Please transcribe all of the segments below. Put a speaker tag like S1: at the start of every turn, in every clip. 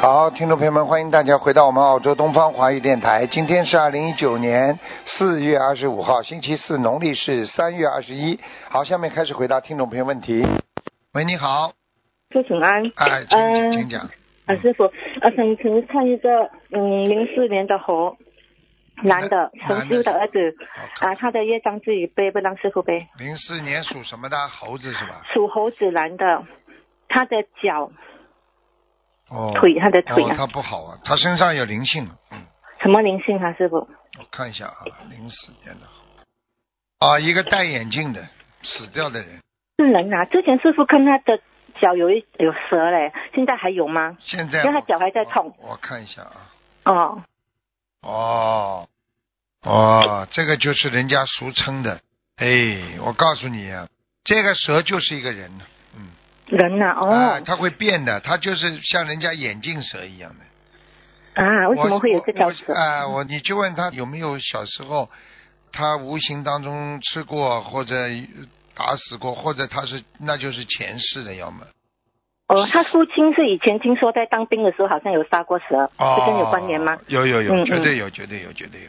S1: 好，听众朋友们，欢迎大家回到我们澳洲东方华语电台。今天是二零一九年四月二十五号，星期四，农历是三月二十一。好，下面开始回答听众朋友问题。喂，你好，
S2: 祝请安。
S1: 哎，请
S2: 嗯
S1: 请请讲。
S2: 啊，师傅，呃，请请看一个，嗯，零四年的猴，男的，
S1: 男
S2: 陈
S1: 的
S2: 修的儿子，
S1: 好看
S2: 啊，他的业障自己背，不让师傅背。
S1: 零四年属什么的？猴子是吧？
S2: 属猴子男的，他的脚、
S1: 哦，
S2: 腿，他的腿
S1: 哦，
S2: 啊，
S1: 他不好啊，他身上有灵性。嗯，
S2: 什么灵性啊，师傅？
S1: 我看一下啊，零四年的猴。啊，一个戴眼镜的死掉的人，
S2: 是人啊，之前师傅看他的脚有一有蛇嘞，现在还有吗？
S1: 现在
S2: 因为他
S1: 我
S2: 脚还在痛
S1: 我我看一下啊。
S2: 哦，
S1: 哦，哦，这个就是人家俗称的，哎，我告诉你啊，这个蛇就是一个人呢，嗯，
S2: 人呐、
S1: 啊，
S2: 啊，哦
S1: 它会变的，它就是像人家眼镜蛇一样的。
S2: 啊，为什么会有这条
S1: 我
S2: 蛇
S1: 我？啊、我你就问他有没有小时候，他无形当中吃过或者打死过，或者他是那就是前世的，要么
S2: 哦，他父亲是以前听说在当兵的时候好像有杀过蛇，
S1: 哦，
S2: 这跟有关联吗？？
S1: 有有有，
S2: 嗯
S1: 绝对有，绝对有，绝对有。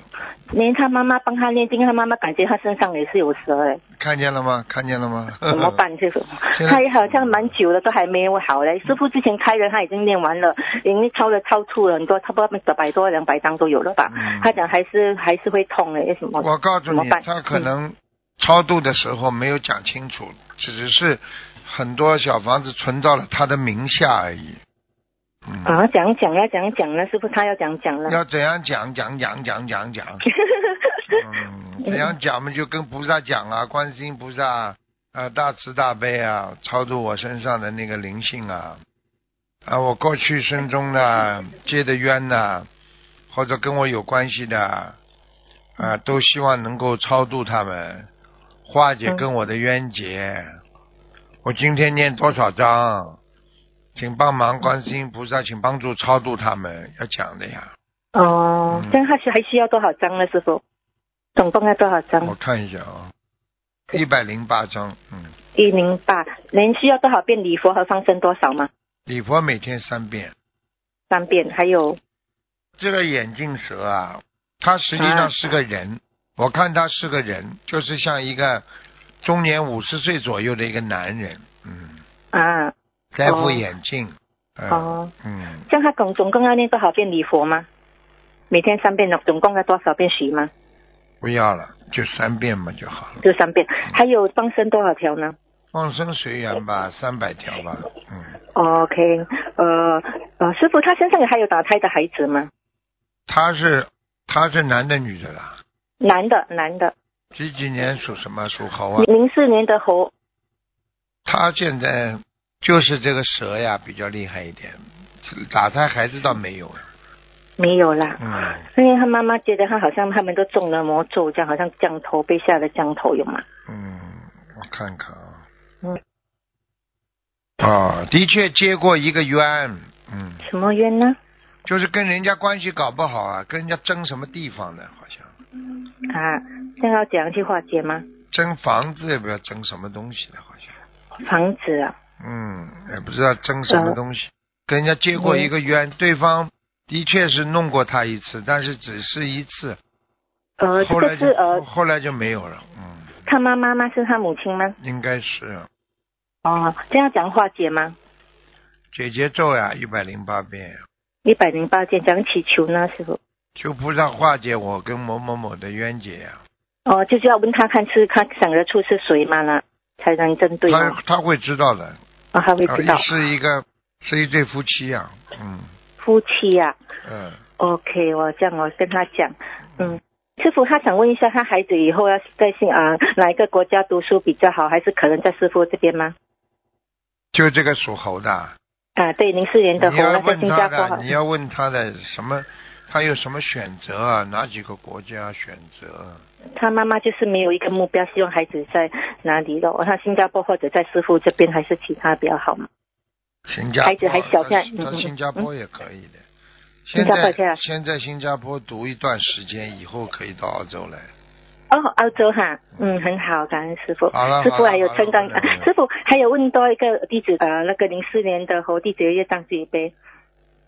S2: 连他妈妈帮他念经，他妈妈感觉他身上也是有蛇哎，
S1: 看见了吗？看见了吗？
S2: 怎么？办？这种
S1: 嗯 现在嗯
S2: 他也好像蛮久了，都还没有好嘞。师傅之前开的他已经念完了，已经超了超出了很多，差不多百多两百张都有了吧。
S1: 嗯
S2: 他讲还是还是会痛哎，为什么？
S1: 我告诉
S2: 怎么
S1: 你，
S2: 办嗯
S1: 他可能超度的时候没有讲清楚，只是很多小房子存到了他的名下而已。嗯，
S2: 啊，讲讲要讲讲呢，师傅他要讲讲了。
S1: 要怎样讲讲讲讲讲 讲？嗯，怎样讲嘛？就跟菩萨讲啊，观世音菩萨啊、大慈大悲啊，超度我身上的那个灵性啊，啊，我过去生中呢结的冤呐、或者跟我有关系的啊，都希望能够超度他们，化解跟我的冤结。我今天念多少章？请帮忙，观世音菩萨，请帮助超度他们，要讲的呀。
S2: 哦，这样他需还需要多少张呢，师傅？总共要多少
S1: 我
S2: 张？
S1: 看一下啊，一百零八章，嗯，
S2: 一零八，连需要多少遍礼佛和放生多少吗？
S1: 礼佛每天三遍。
S2: 三遍，还有
S1: 这个眼镜蛇啊，它实际上
S2: 啊
S1: 是个人，我看他是个人，就是像一个中年五十岁左右的一个男人，嗯，
S2: 啊，
S1: 戴副
S2: 哦
S1: 眼镜，嗯
S2: 哦
S1: 嗯，
S2: 像他总总共要念多少遍礼佛吗？每天三遍，总共要多少遍许吗？
S1: 不要了，就三遍嘛就好了，
S2: 就三遍。还有放生多少条呢
S1: 放生随缘吧，三百条吧，嗯，
S2: ？OK，呃呃，师傅，他身上有还有打胎的孩子吗？
S1: 他是他是男的女的啦？
S2: 男的，男的，
S1: 几几年属什么？属猴啊？
S2: 零四年的猴。
S1: 他现在就是这个蛇呀，比较厉害一点，打胎孩子倒没有，
S2: 没有啦，
S1: 嗯。
S2: 因为他妈妈觉得他好像他们都中了魔咒，这样好像降头被下了降头有吗？
S1: 嗯，我看看啊。
S2: 嗯。
S1: 啊，的确接过一个冤，嗯，
S2: 什么冤呢？
S1: 就是跟人家关系搞不好啊，跟人家争什么地方的，好像
S2: 啊，这样要怎样去化解吗？
S1: 争房子也不知道争什么东西的，好像，
S2: 房子啊，
S1: 嗯，也不知道争什么东西，跟人家接过一个冤，对方的确是弄过他一次，但是只是一次，
S2: 呃，这
S1: 后
S2: 个
S1: 来
S2: 是
S1: 就
S2: 呃，
S1: 后来就没有了，嗯，
S2: 他妈妈吗？是他母亲吗？
S1: 应该是
S2: 哦，这样讲化解吗？
S1: 解结咒呀，一百零八遍，
S2: 一百零八件讲祈求呢，师傅。
S1: 求菩萨化解我跟某某某的冤结呀、
S2: 哦，就是要问他看是他想得出是谁嘛啦，才能针对
S1: 他
S2: 嘛。
S1: 他会知道的，
S2: 哦，他会
S1: 啊
S2: 知道
S1: 是一个是一对夫妻呀、嗯
S2: 夫妻呀、
S1: 嗯，
S2: OK，我这样我哦跟他讲，嗯，师傅他想问一下，他孩子以后要在新啊哪一个国家读书比较好，还是可能在师傅这边吗？
S1: 就这个属猴的，
S2: 啊，对，零四年的
S1: 你
S2: 猴，
S1: 要
S2: 那在
S1: 问
S2: 新
S1: 他
S2: 加坡好
S1: 的，你要问他的什么，他有什么选择啊？哪几个国家选择？
S2: 他妈妈就是没有一个目标，希望孩子在哪里的，他新加坡或者在师傅这边，还是其他比较好嘛？
S1: 新加坡，
S2: 孩子还小现在
S1: 他
S2: 嗯
S1: 他
S2: 嗯
S1: 新加坡也可以的。
S2: 新
S1: 现
S2: 加坡
S1: 在
S2: 现在
S1: 现在新加坡读一段时间，以后可以到澳洲来。
S2: 哦，澳洲哈，嗯，很好，感恩师傅。
S1: 好了
S2: 师傅
S1: 好了
S2: 还有
S1: 好了
S2: 成长，
S1: 好了
S2: 啊
S1: 好了
S2: 呃师傅还有问多一个地址，呃，那个零四年的猴地址业障自己背，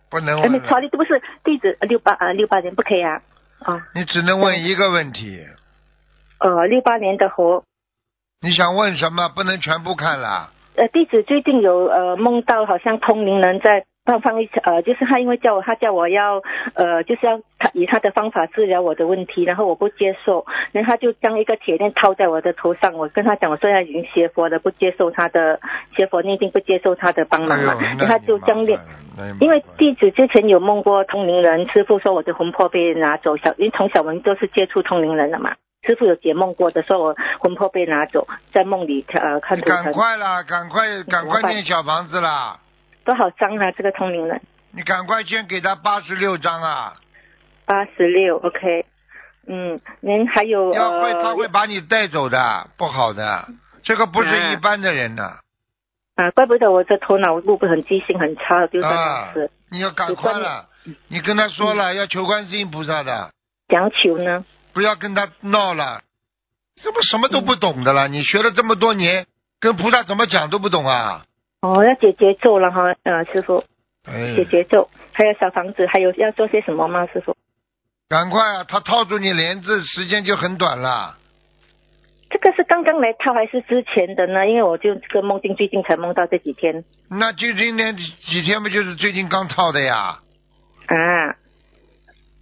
S1: 不能
S2: 哎，
S1: 问
S2: 没
S1: 了。
S2: sorry，这不是地址六八啊，六八年不可以啊。啊，
S1: 你只能问一个问题，
S2: 呃，六八年的猴，
S1: 你想问什么？不能全部看了。
S2: 呃，地址最近有呃梦到好像通灵人在放放一呃，就是他因为叫我，他叫我要呃，就是要他以他的方法治疗我的问题，然后我不接受，然后他就将一个铁链套在我的头上，我跟他讲，我现在已经学佛了，不接受他的学佛念经，不接受他的帮忙
S1: 哎呦
S2: 嘛，，然后他就将链。
S1: 那你麻烦了，那你麻烦了
S2: 因为弟子之前有梦过通灵人，师傅说我的魂魄被拿走，小因为从小我们都是接触通灵人的嘛，师傅有解梦过的，说我魂魄被拿走，在梦里呃看
S1: 你
S2: 图
S1: 赶
S2: 腾，
S1: 快啦，赶快赶快念小房子啦！
S2: 多少张啊？这个通灵人
S1: 你赶快先给他八十六张啊！
S2: 八十六，OK，嗯，您还有
S1: 要会他
S2: 呃
S1: 会把你带走的，不好的，这个不
S2: 哎
S1: 是一般的人呐
S2: 啊，怪不得我这头脑路不很记性很差，丢三
S1: 啊
S2: 落四，！
S1: 你要赶快了，你跟他说
S2: 嗯
S1: 了要求观世音菩萨的，
S2: 讲求呢？
S1: 不要跟他闹了，这不什么都不
S2: 嗯
S1: 懂的了？你学了这么多年，跟菩萨怎么讲都不懂啊？
S2: 哦，要解节奏了哈，呃，师傅
S1: 哎，
S2: 解节奏，还有小房子，还有要做些什么吗，师傅？
S1: 赶快啊！他套住你帘子，时间就很短了。
S2: 这个是刚刚来套还是之前的呢？因为我就这个梦境最近才梦到这几天
S1: 那就今天几天不就是最近刚套的呀？
S2: 啊。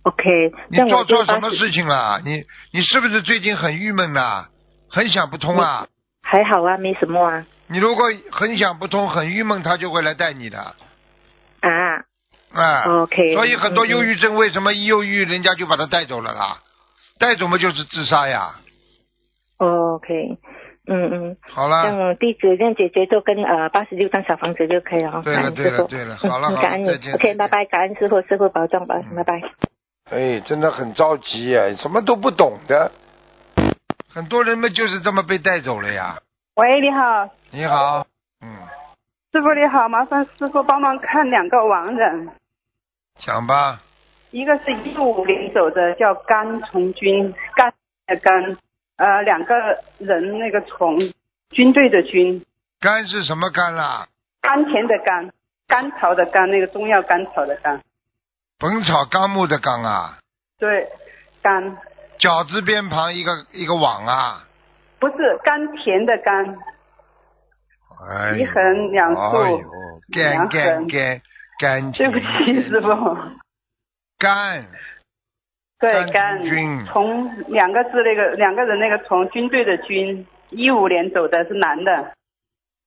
S2: OK，
S1: 你
S2: 那我
S1: 做错
S2: 就
S1: 什么
S2: 80
S1: 事情了？你你是不是最近很郁闷呐、啊很想不通啊？
S2: 还好啊，没什么啊
S1: 你如果很想不通、很郁闷，他就会来带你的
S2: 啊。
S1: 啊。
S2: OK，
S1: 所以很多
S2: 嗯嗯
S1: 忧郁症为什么一忧郁，人家就把他带走了啦？带走嘛就是自杀呀。
S2: OK，嗯嗯，
S1: 好了，
S2: 像地址跟解决就跟呃八十六张小房子就可以了哈。
S1: 对了
S2: 感恩
S1: 对了
S2: 师父
S1: 对了
S2: 嗯
S1: 好了好
S2: 嗯
S1: 了
S2: 感恩你
S1: 再见再
S2: ，OK，
S1: 见嗯
S2: 拜拜，感恩师傅，师傅保重，保重，拜拜。
S1: 哎，真的很着急啊，什么都不懂的。很多人们就是这么被带走了呀。
S3: 喂，你好，
S1: 你好，嗯，
S3: 师傅你好，麻烦师傅帮忙看两个亡人，
S1: 讲吧，
S3: 一个是一五零走的叫甘从军，甘的甘，呃，两个人那个从，军队的军，
S1: 肝是什么肝啊啦？
S3: 甘甜的甘，甘草的甘，那个中药甘草的甘，
S1: 《本草纲目》的纲啊，
S3: 对，甘
S1: 饺子边旁一个一个网啊。
S3: 不是甘甜的甘，
S1: 哎呦
S3: 一横两竖
S1: 哎呦，干
S3: 两
S1: 干
S3: 横
S1: 干干
S3: 对不起师傅，
S1: 干
S3: 对
S1: 甘
S3: 甘
S1: 从军
S3: 从两个字那个两个人那个从军队的军，一五年走的是男的。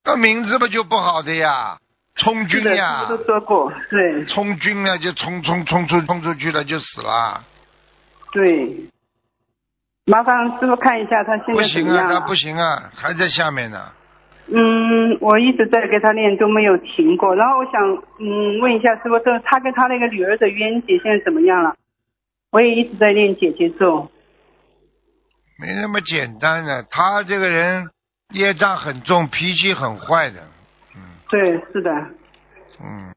S1: 那名字不就不好的呀？充
S3: 是
S1: 军
S3: 的，
S1: 呀
S3: 师，傅都说过，对
S1: 充军啊，就冲冲冲出冲出去了就死了，
S3: 对。麻烦师傅看一下他现
S1: 不
S3: 在怎
S1: 行
S3: 么
S1: 啊，
S3: 样、
S1: 他不行啊，还在下面呢。
S3: 嗯，我一直在给他练，都没有停过。然后我想，嗯，问一下师傅，这他跟他那个女儿的冤结现在怎么样了？我也一直在练姐姐咒。
S1: 没那么简单的、他这个人业障很重，脾气很坏的，
S3: 对，是的。
S1: 嗯。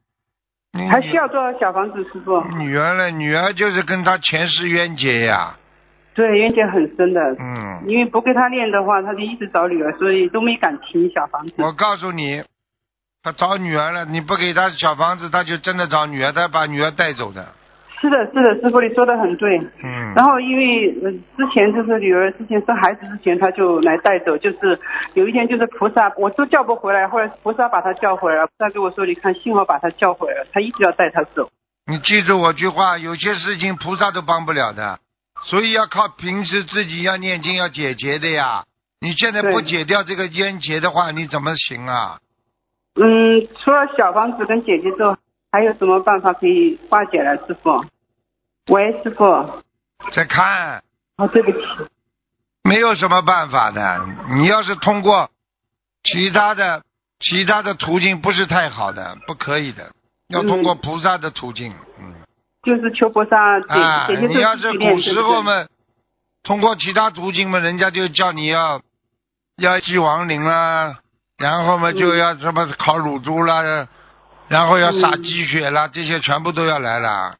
S1: 你
S3: 还需要多少小房子，师傅？
S1: 女儿呢？女儿就是跟他前世冤结呀，
S3: 对，冤结很深的。
S1: 嗯。
S3: 因为不给他练的话，他就一直找女儿，所以都没敢停小房子。
S1: 我告诉你，他找女儿了，你不给他小房子，他就真的找女儿，他把女儿带走的。
S3: 是的，是的，师傅，你说的很对。
S1: 嗯
S3: 然后因为呃之前就是女儿之前生孩子之前，她就来带走，就是有一天就是菩萨，我都叫不回来，后来菩萨把她叫回来了，菩萨跟我说，你看幸好把她叫回来了，她一直要带她走。
S1: 你记住我句话，有些事情菩萨都帮不了的，所以要靠平时自己要念经要解决的呀。你现在不
S3: 对
S1: 解掉这个冤结的话，你怎么行啊？
S3: 嗯，除了小房子跟姐姐咒，还有什么办法可以化解呢？师傅？喂，师傅，哦，
S1: 再看，
S3: 对不起，
S1: 没有什么办法的。你要是通过其他的其他的途径，不是太好的，不可以的，要通过
S3: 嗯
S1: 菩萨的途径。嗯。
S3: 就是求菩萨解、
S1: 啊，
S3: 姐姐
S1: 你要
S3: 咒
S1: 是
S3: 自己练，
S1: 古时候嘛，通过其他途径嘛，人家就叫你要要祭亡灵啦，然后嘛
S3: 嗯
S1: 就要什么烤乳猪啦，然后要
S3: 嗯
S1: 撒鸡血啦，这些全部都要来啦。
S3: 嗯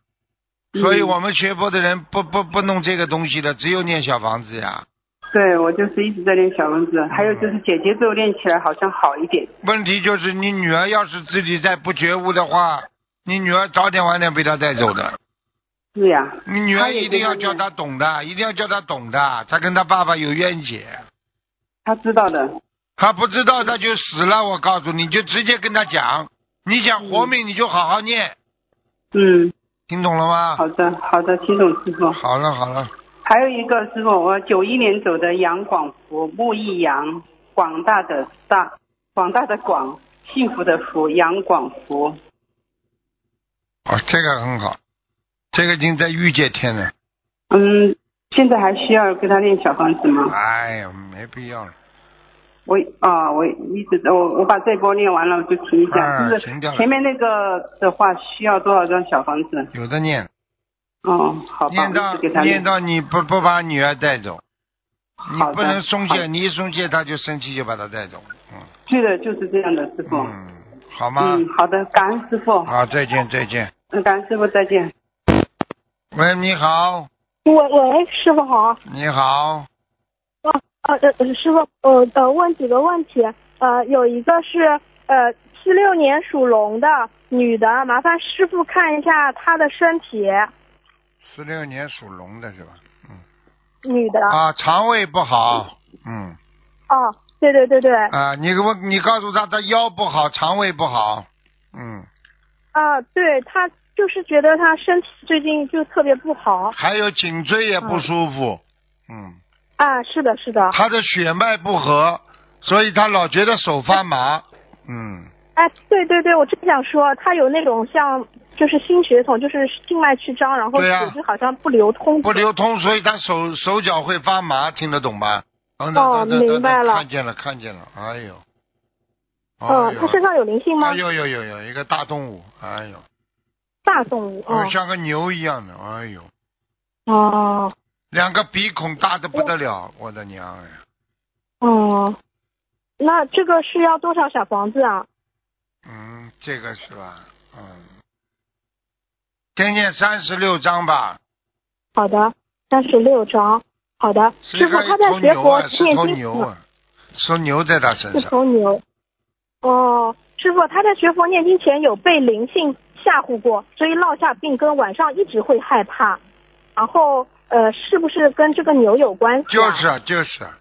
S1: 所以我们学佛的人不不不弄这个东西的，只有念小房子呀。
S3: 对不对对我就是一直在练小房子，还有就是姐姐咒练起来好像好一点。
S1: 问题就是你女儿要是自己再不觉悟的话，你女儿早点晚点被他带走的。
S3: 是呀，
S1: 你女儿
S3: 她也
S1: 一定要
S3: 就
S1: 叫
S3: 是
S1: 他懂的，一定要叫他懂的。他跟他爸爸有冤结，
S3: 他知道的。
S1: 他不知道他就死了。我告诉你，你就直接跟他讲，你想活命你就好好念，
S3: 嗯，
S1: 听懂了吗？
S3: 好的，好的，听懂师傅。
S1: 好了好了，
S3: 还有一个师傅，我九一年走的杨广福，木易杨，广大的大，广大的广，幸福的福，杨广福。
S1: 哦，这个很好，这个已经在御界天了。
S3: 嗯，现在还需要给他练小房子吗？
S1: 哎呀，没必要了。
S3: 我啊、我一直我我把这波练完了我就停一
S1: 啊
S3: 下，就
S1: 停
S3: 是
S1: 掉了
S3: 前面那个的话需要多少张小房子？
S1: 有的念，
S3: 哦，好吧，
S1: 念
S3: 我
S1: 到
S3: 一直给他
S1: 念到你不不把女儿带走，你
S3: 好的
S1: 不能松
S3: 好
S1: 懈，你一松懈他就生气就把他带走。嗯
S3: 对的，就是这样的，师傅。
S1: 嗯，好吗？
S3: 嗯，好的，感恩师傅，
S1: 好，再见再见。
S3: 嗯，感恩师傅，再见。
S1: 喂，你好，
S4: 我喂，师傅好。啊
S1: 你好，
S4: 哦，呃呃，师傅，呃呃，问几个问题。呃，有一个是呃七六年属龙的女的，麻烦师傅看一下她的身体，
S1: 四六年属龙的是吧？
S4: 女的。
S1: 啊，肠胃不好，嗯，
S4: 哦，对对对对，
S1: 啊，你给我你告诉他，他腰不好，肠胃不好，嗯，
S4: 啊、对她就是觉得她身体最近就特别不好。
S1: 还有颈椎也不舒服，嗯，
S4: 啊，是的，是的。
S1: 他的血脉不和，所以他老觉得手发麻，嗯，
S4: 哎，对对对，我正想说，她有那种像就是心血统，就是静脉曲张，然后
S1: 对呀
S4: 血就好像不流通。嗯
S1: 不流通，所以他手手脚会发麻，听得懂吧？等等
S4: 哦
S1: 等等等
S4: 明白
S1: 等，
S4: 了
S1: 看见了看见了，哎呦，哎
S4: 嗯，她
S1: 呦，
S4: 身上有灵性吗？
S1: 哎呦呦呦呦，一个大动物，哎呦。
S4: 大动物。哦
S1: 哦，像个牛一样的，哎呦，
S4: 哦
S1: 两个鼻孔大的不得了，我的娘呀！
S4: 哦，那这个是要多少小房子啊？
S1: 嗯，这个是吧？嗯，先念三十六章吧。
S4: 好的，三十六张。好的，
S1: 是
S4: 师傅
S1: 个
S4: 他
S1: 一
S4: 在
S1: 头
S4: 学
S1: 牛
S4: 佛
S1: 啊，是
S4: 念
S1: 头
S4: 经
S1: 牛啊，是牛啊在他身
S4: 是
S1: 上。
S4: 头牛。哦，师傅他在学佛念经前有被灵性吓唬过，所以落下病根，晚上一直会害怕。然后呃，是不是跟这个牛有关系、
S1: 就
S4: 啊？
S1: 是。啊，就是啊，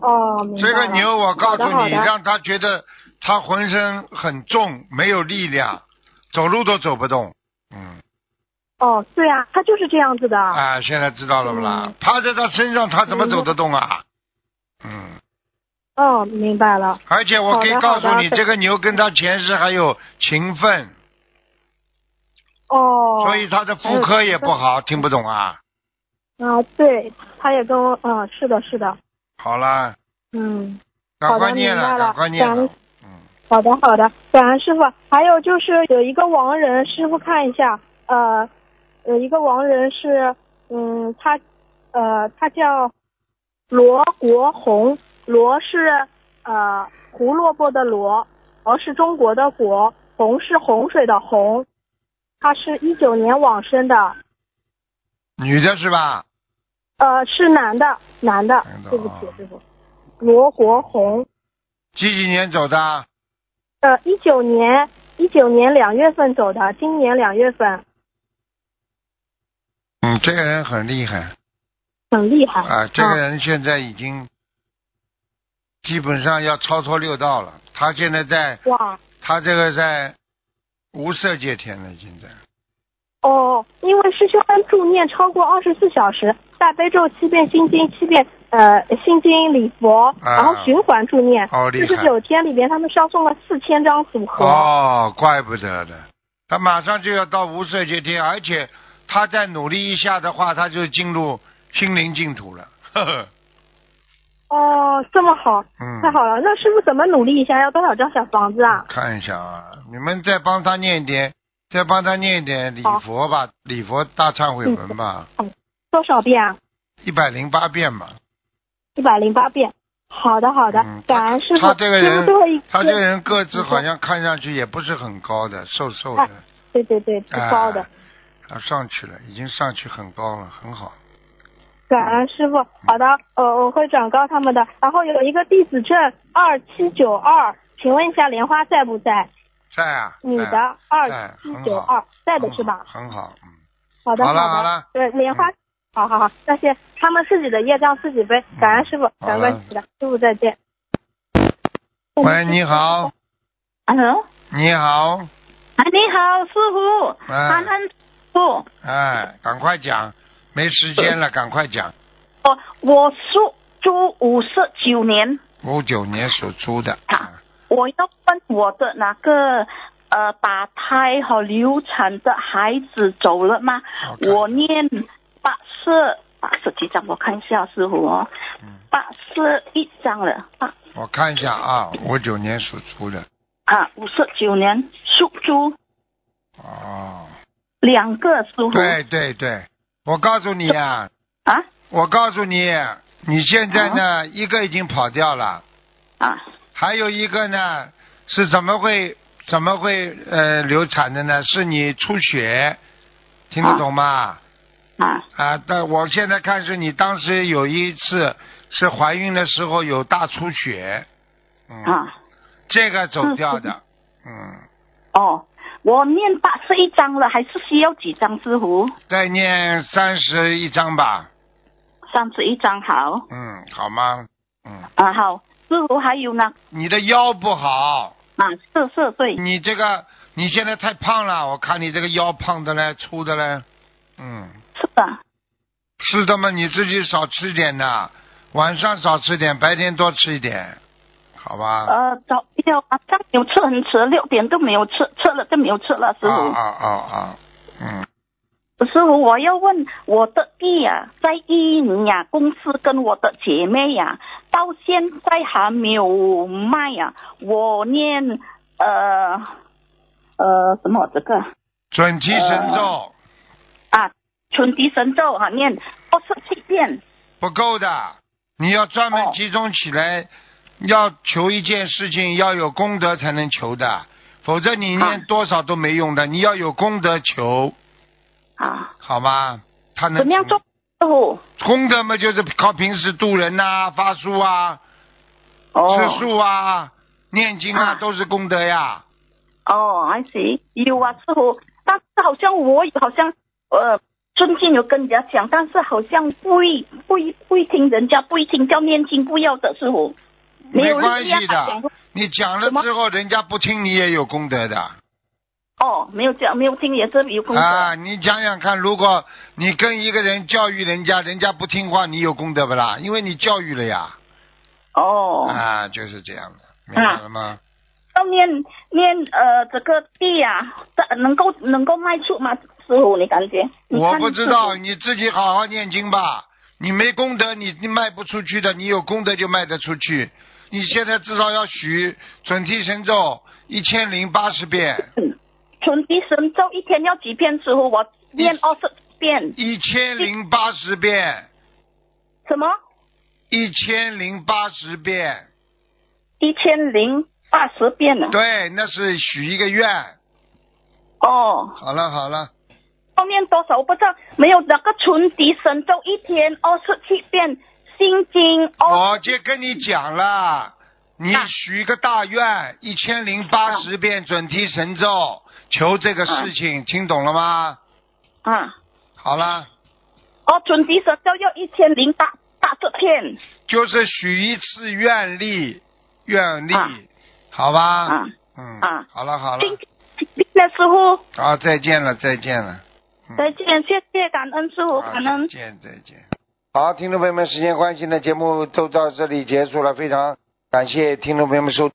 S4: 哦，明白
S1: 这
S4: 了
S1: 个牛，我告诉
S4: 好
S1: 你，
S4: 的好的
S1: 让他觉得他浑身很重，没有力量，走路都走不动。嗯，
S4: 哦，对啊，他就是这样子的。
S1: 啊，现在知道了不啦
S4: 嗯？
S1: 趴在他身上，他怎么走得动啊？嗯。
S4: 哦，明白了。
S1: 而且我可以
S4: 好的
S1: 告诉
S4: 好
S1: 你，
S4: 的
S1: 这个牛跟他前世还有情分，
S4: 哦。嗯
S1: 所以他的妇科也不好，听不懂啊？
S4: 啊，对，他也跟我，嗯，是的，是的，
S1: 好了，
S4: 嗯，
S1: 赶快念
S4: 好的明白了
S1: 赶快念了
S4: 感。
S1: 嗯，
S4: 好的，好的，感恩师傅。还有就是有一个亡人，师傅看一下，呃，有一个亡人是，嗯，他，呃，他叫罗国红，罗是呃胡萝卜的罗，国是中国的国，红是洪水的洪，他是一九年往生的，
S1: 女的是吧？
S4: 呃，是男的，男的
S1: 男的，
S4: 对不起
S1: 啊，
S4: 师傅，罗国红。
S1: 几几年走的？
S4: 呃，一九年一九年两月份走的，今年两月份
S1: 嗯，这个人很厉害
S4: 很厉害
S1: 啊！这个人现在已经基本上要超脱六道了。他现在在，
S4: 哇
S1: 他这个在无色界天了，现在。
S4: 哦，因为师兄们助念超过二十四小时，大悲咒七遍，心经七遍，呃，心经礼佛，然后循环助念，
S1: 好啊哦厉
S4: 四
S1: 害
S4: 十九天里边他们烧送了四千张组合。
S1: 哦，怪不得的，他马上就要到无色界天，而且他再努力一下的话，他就进入心灵净土了。呵呵，
S4: 哦这么好，
S1: 嗯，
S4: 太好了！那师傅怎么努力一下？要多少张小房子啊？
S1: 看一下啊，你们再帮他念一点，再帮他念一点礼佛吧，礼佛大忏悔文吧，
S4: 多少遍啊？
S1: 一百零八遍吧。
S4: 一百零八遍。好的，好的，
S1: 嗯他
S4: 感恩师傅。
S1: 他这个
S4: 师
S1: 人
S4: 傅最后一，嗯
S1: 他这个
S4: 个
S1: 人个子好像看上去也不是很高的，瘦瘦的，
S4: 对对对，不
S1: 哎
S4: 啊高的。，
S1: 他上去了，已经上去很高了，很好。
S4: 感恩师傅，好的，呃，我会转告他们的。然后有一个弟子证二七九二，请问一下莲花在不在？
S1: 在啊，
S4: 女
S1: 在啊
S4: 的二
S1: 在
S4: 七
S1: 很
S4: 九
S1: 好
S4: 二，在的是吧？
S1: 很好，嗯
S4: 好的，
S1: 好了
S4: 的
S1: 好了嗯
S4: 对，莲花，好好好，那些他们自己的业障自己背，感恩师傅，
S1: 好了
S4: 感恩师傅的，师傅再见。嗯
S1: 喂，你好，
S4: 啊
S5: Hello，
S1: 你好，
S5: 啊，你好，师傅，感
S1: 哎
S5: 恩师傅，哦
S1: 哎，赶快讲，没时间了，赶快讲。
S5: 我我属猪五十九年，
S1: 五九年属猪的，啊
S5: 好我要问我的那个呃打胎和流产的孩子走了吗？
S1: 好看
S5: 我念八十八十几张，我看一下师傅哦，
S1: 嗯
S5: 八十一张了，啊
S1: 我看一下啊，五九年属猪的，
S5: 啊，五十九年属猪，
S1: 哦，
S5: 两个师傅
S1: 对对对，我告诉你啊，
S5: 啊
S1: 我告诉你，你现在呢，一个已经跑掉了，
S5: 啊
S1: 还有一个呢是怎么会怎么会呃流产的呢？是你出血，听得
S5: 啊
S1: 懂吗？
S5: 啊
S1: 啊，但我现在看是你当时有一次是怀孕的时候有大出血，嗯，
S5: 啊，
S1: 这个走掉
S5: 嗯
S1: 的，嗯，
S5: 哦，我念八十一张了，还是需要几张师傅？
S1: 再念三十一章吧，
S5: 三十一张好
S1: 嗯，好吗？嗯，
S5: 啊好，师傅还有呢
S1: 你的腰不好，
S5: 啊是是对
S1: 你这个你现在太胖了，我看你这个腰胖的嘞，粗的嘞，嗯，
S5: 是的
S1: 是的嘛，你自己少吃点呐，晚上少吃点，白天多吃一点，好吧？啊
S5: 呃早有晚上有吃很迟，六点都没有吃，吃了就没有吃了师
S1: 啊
S5: 傅、
S1: 啊啊啊，嗯，
S5: 师傅我要问我的弟呀、在印尼呀、公司跟我的姐妹呀、到现在还没有卖呀、我念呃呃什么这个
S1: 准提神咒。
S5: 啊纯迪神咒啊念二十七遍
S1: 不够的，你要专门
S5: 哦
S1: 集中起来，要求一件事情要有功德才能求的，否则你念
S5: 啊
S1: 多少都没用的。你要有功德求，
S5: 啊
S1: 好吗？他能
S5: 怎么样做？师傅
S1: 功德嘛，就是靠平时度人呐、发书啊、
S5: 哦
S1: 吃素啊、念经啊，
S5: 啊
S1: 都是功德呀。
S5: 哦，还行，有啊，师傅。但是好像我也好像呃，尊敬有跟人家讲，但是好像不会不会不会听人家，不会听叫念经不要的师傅。没有
S1: 关
S5: 人家
S1: 系
S5: 讲
S1: 的
S5: 过，
S1: 你讲了
S5: 什么
S1: 之后，人家不听你也有功德的。
S5: 哦，没有讲，没有听也是有功德。
S1: 啊，你想想看，如果你跟一个人教育人家，人家不听话，你有功德不啦？因为你教育了呀。
S5: 哦，
S1: 啊，就是这样的，明白了吗？
S5: 要念念呃这个地呀、这能够能够卖出吗？师傅，你感觉？你
S1: 我
S5: 看
S1: 不知道，
S5: 师
S1: 你自己好好念经吧。你没功德，你你卖不出去的；你有功德就卖得出去。你现在至少要许准提神咒一千零八十遍，
S5: 傅。嗯纯地神咒一天要几遍？师傅，我念二十遍。
S1: 一千零八十遍，
S5: 什么？
S1: 一千零八十遍。
S5: 一千零八十遍啊了。
S1: 对，那是许一个愿。
S5: 哦，
S1: 好了好了，
S5: 后面多少我不知道，没有那个纯敌神咒一天二十七遍，心经哦
S1: 我就跟你讲了，你
S5: 啊
S1: 许一个大愿，一千零八十遍准提神咒，求这个
S5: 嗯
S1: 事情，听懂了吗？
S5: 啊，
S1: 好了，
S5: 哦纯敌神咒要一千零八八十片
S1: 就是许一次愿力，愿力，
S5: 啊
S1: 好吧？
S5: 啊，
S1: 嗯，
S5: 啊
S1: 好了好
S5: 心
S1: 了，
S5: 经的师傅
S1: 好，再见了再见了，嗯
S5: 再见，谢谢感恩师傅，
S1: 好
S5: 感恩
S1: 再。见再见。好，听众朋友们，时间关系呢，节目就到这里结束了，非常感谢听众朋友们收。